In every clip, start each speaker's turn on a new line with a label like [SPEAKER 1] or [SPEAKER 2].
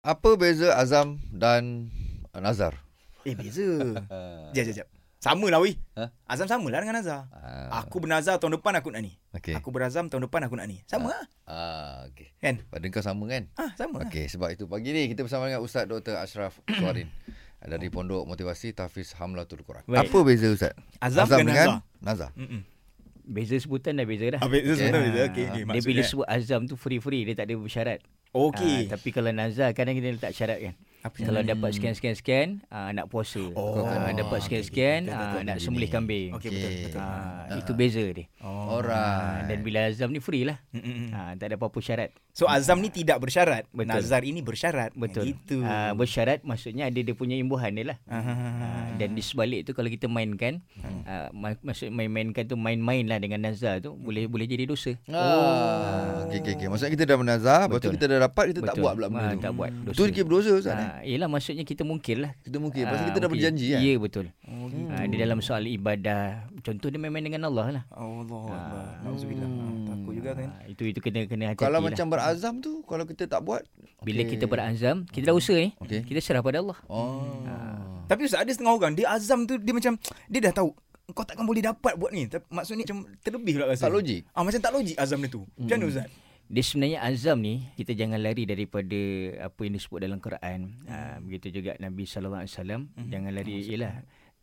[SPEAKER 1] Apa beza Azam dan Nazar?
[SPEAKER 2] Eh beza Jap jap jap Sama lah weh
[SPEAKER 1] Ha?
[SPEAKER 2] Azam sama lah dengan Azhar
[SPEAKER 1] Ah,
[SPEAKER 2] Aku bernazar tahun depan aku nak ni
[SPEAKER 1] okey.
[SPEAKER 2] Aku berazam tahun depan aku nak ni Sama lah
[SPEAKER 1] Ah, okey.
[SPEAKER 2] Kan?
[SPEAKER 1] Pada kau sama kan?
[SPEAKER 2] Ah, sama lah
[SPEAKER 1] Okey, sebab itu pagi ni kita bersama dengan Ustaz Dr. Ashraf Suarin dari Pondok Motivasi Tahfiz Hamlatul Quran.
[SPEAKER 3] Baik.
[SPEAKER 1] Apa beza Ustaz? kan?
[SPEAKER 2] Azam, dengan Azhar
[SPEAKER 1] Nazar.
[SPEAKER 2] Mm-mm.
[SPEAKER 3] Beza sebutan dah beza dah.
[SPEAKER 2] Ah, beza sebutan beza. Okey, okey,
[SPEAKER 3] dia bila
[SPEAKER 2] maksudnya-
[SPEAKER 3] sebut azam tu free-free, dia tak ada syarat.
[SPEAKER 2] Okey
[SPEAKER 3] Ah, tapi kalau nazar kadang kita letak syarat kan.
[SPEAKER 2] Apa Hmm.
[SPEAKER 3] Kalau dapat sekian-sekian-sekian, ah, nak puasa.
[SPEAKER 2] Oh,
[SPEAKER 3] Ah, dapat
[SPEAKER 2] okey,
[SPEAKER 3] sekian-sekian,
[SPEAKER 2] okey, okey. Betul,
[SPEAKER 3] ah,
[SPEAKER 2] betul,
[SPEAKER 3] nak
[SPEAKER 1] betul.
[SPEAKER 3] sembelih kambing.
[SPEAKER 2] Okey betul
[SPEAKER 1] Okey.
[SPEAKER 2] betul
[SPEAKER 3] Ah, itu beza dia.
[SPEAKER 2] Oh.
[SPEAKER 3] Ah,
[SPEAKER 1] Alright.
[SPEAKER 3] dan bila azam ni free lah.
[SPEAKER 2] Mm-mm.
[SPEAKER 3] Ah, tak ada apa-apa syarat.
[SPEAKER 2] Mm, So Azam ni tidak bersyarat
[SPEAKER 3] Betul.
[SPEAKER 2] Nazar ini bersyarat
[SPEAKER 3] Betul.
[SPEAKER 2] Gitu ha,
[SPEAKER 3] Ah, bersyarat maksudnya ada dia punya imbuhan dia lah. Ah, dan di sebalik tu kalau kita mainkan,
[SPEAKER 2] Hmm.
[SPEAKER 3] ah, ma- maksud main-mainkan tu main-main lah dengan nazar tu, boleh boleh jadi dosa.
[SPEAKER 2] Ah,
[SPEAKER 1] Ah, okey okey okey. Maksudnya kita dah bernazar, lepas tu
[SPEAKER 3] Oh. Betul.
[SPEAKER 1] kita dah dapat kita tak
[SPEAKER 3] Betul.
[SPEAKER 1] buat pula benda
[SPEAKER 3] Ah,
[SPEAKER 1] tu.
[SPEAKER 3] tak buat.
[SPEAKER 1] Itu kita berdosa Ustaz. eh?
[SPEAKER 3] Ha, yelah maksudnya kita mungkin lah.
[SPEAKER 1] Kita mungkin pasal
[SPEAKER 3] Ah,
[SPEAKER 1] kita dah
[SPEAKER 3] mungkin.
[SPEAKER 1] berjanji kan.
[SPEAKER 3] Ya betul. Oh, gitu. ha, di dalam soal ibadah, contoh dia main-main dengan Allah lah.
[SPEAKER 2] Allah Allah Nauzubillah Ah, Takut juga kan
[SPEAKER 3] Ha, itu itu kena kena hati-hati
[SPEAKER 1] Kalau
[SPEAKER 3] lah.
[SPEAKER 1] macam berazam tu kalau kita tak buat
[SPEAKER 3] bila
[SPEAKER 1] okey.
[SPEAKER 3] kita berazam, kita dah usaha eh.
[SPEAKER 1] Okey.
[SPEAKER 3] Kita serah pada Allah. Ah,
[SPEAKER 1] Oh.
[SPEAKER 2] Tapi Ustaz ada setengah orang Dia azam tu Dia macam Dia dah tahu Kau takkan boleh dapat buat ni Tapi Maksudnya macam Terlebih pula rasa
[SPEAKER 1] Tak logik.
[SPEAKER 2] ah, Macam tak logik azam dia tu Macam mana Ustaz
[SPEAKER 3] Dia sebenarnya azam ni kita jangan lari daripada apa yang disebut dalam Quran. Ha, begitu juga Nabi sallallahu alaihi wasallam jangan lari ialah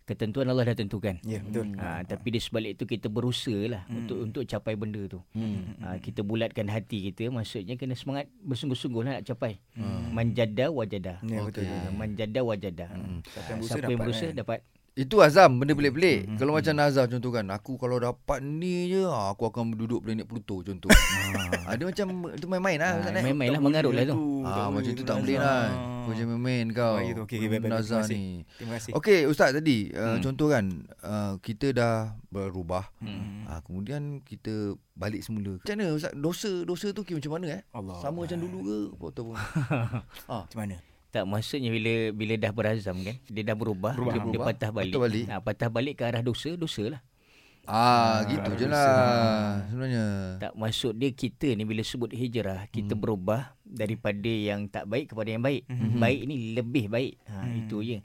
[SPEAKER 3] ketentuan Allah dah tentukan.
[SPEAKER 2] Ya betul
[SPEAKER 3] Ha, tapi di sebalik itu kita berusaha lah hmm. untuk untuk capai benda tu. Hmm. Ha, kita bulatkan hati kita maksudnya kena semangat bersungguh-sungguh lah nak capai. Hmm. Manjada wajada.
[SPEAKER 2] Ya betul
[SPEAKER 3] Ha, manjada wajada. Hmm.
[SPEAKER 2] Siapa yang berusaha
[SPEAKER 3] Siapa
[SPEAKER 2] dapat,
[SPEAKER 3] yang berusaha
[SPEAKER 2] kan?
[SPEAKER 3] dapat. eh.
[SPEAKER 1] Itu azam benda
[SPEAKER 2] Hmm,
[SPEAKER 1] pelik-pelik. Mm-hmm. Kalau macam Nazar contoh kan, aku kalau dapat ni je, ah, aku akan duduk planet Pluto contoh.
[SPEAKER 2] Ah.
[SPEAKER 1] ha. Dia macam tu main-main lah Ustaz
[SPEAKER 3] Ha,
[SPEAKER 1] eh.
[SPEAKER 3] main-main lah mengarut lah tu.
[SPEAKER 1] Ah, macam tu tak boleh lah. Kau jangan main-main kau.
[SPEAKER 2] Oh, Ah. gitu. Okey, okey, baik, baik, baik.
[SPEAKER 1] Nazar
[SPEAKER 2] Terima kasih.
[SPEAKER 1] ni.
[SPEAKER 2] Terima kasih
[SPEAKER 1] Okey ustaz tadi uh, hmm. contoh kan uh, kita dah berubah hmm. uh, kemudian kita balik semula. Macam mana ustaz dosa dosa tu kira macam mana eh?
[SPEAKER 2] Allah.
[SPEAKER 1] Sama macam dulu ke apa Ah, ataupun?
[SPEAKER 2] Macam mana
[SPEAKER 3] Tak maksudnya bila bila dah berazam kan, dia dah berubah,
[SPEAKER 1] Berubah.
[SPEAKER 3] dia, dia
[SPEAKER 1] Berubah.
[SPEAKER 3] patah balik.
[SPEAKER 1] Patah balik.
[SPEAKER 3] Ha, patah balik ke arah dosa, dosa lah.
[SPEAKER 1] ah gitu je lah sebenarnya.
[SPEAKER 3] Tak maksud dia kita ni bila sebut hijrah,
[SPEAKER 1] Hmm.
[SPEAKER 3] kita
[SPEAKER 1] Hmm.
[SPEAKER 3] berubah daripada yang tak baik kepada yang baik. Baik ni lebih baik. Ha, itu je.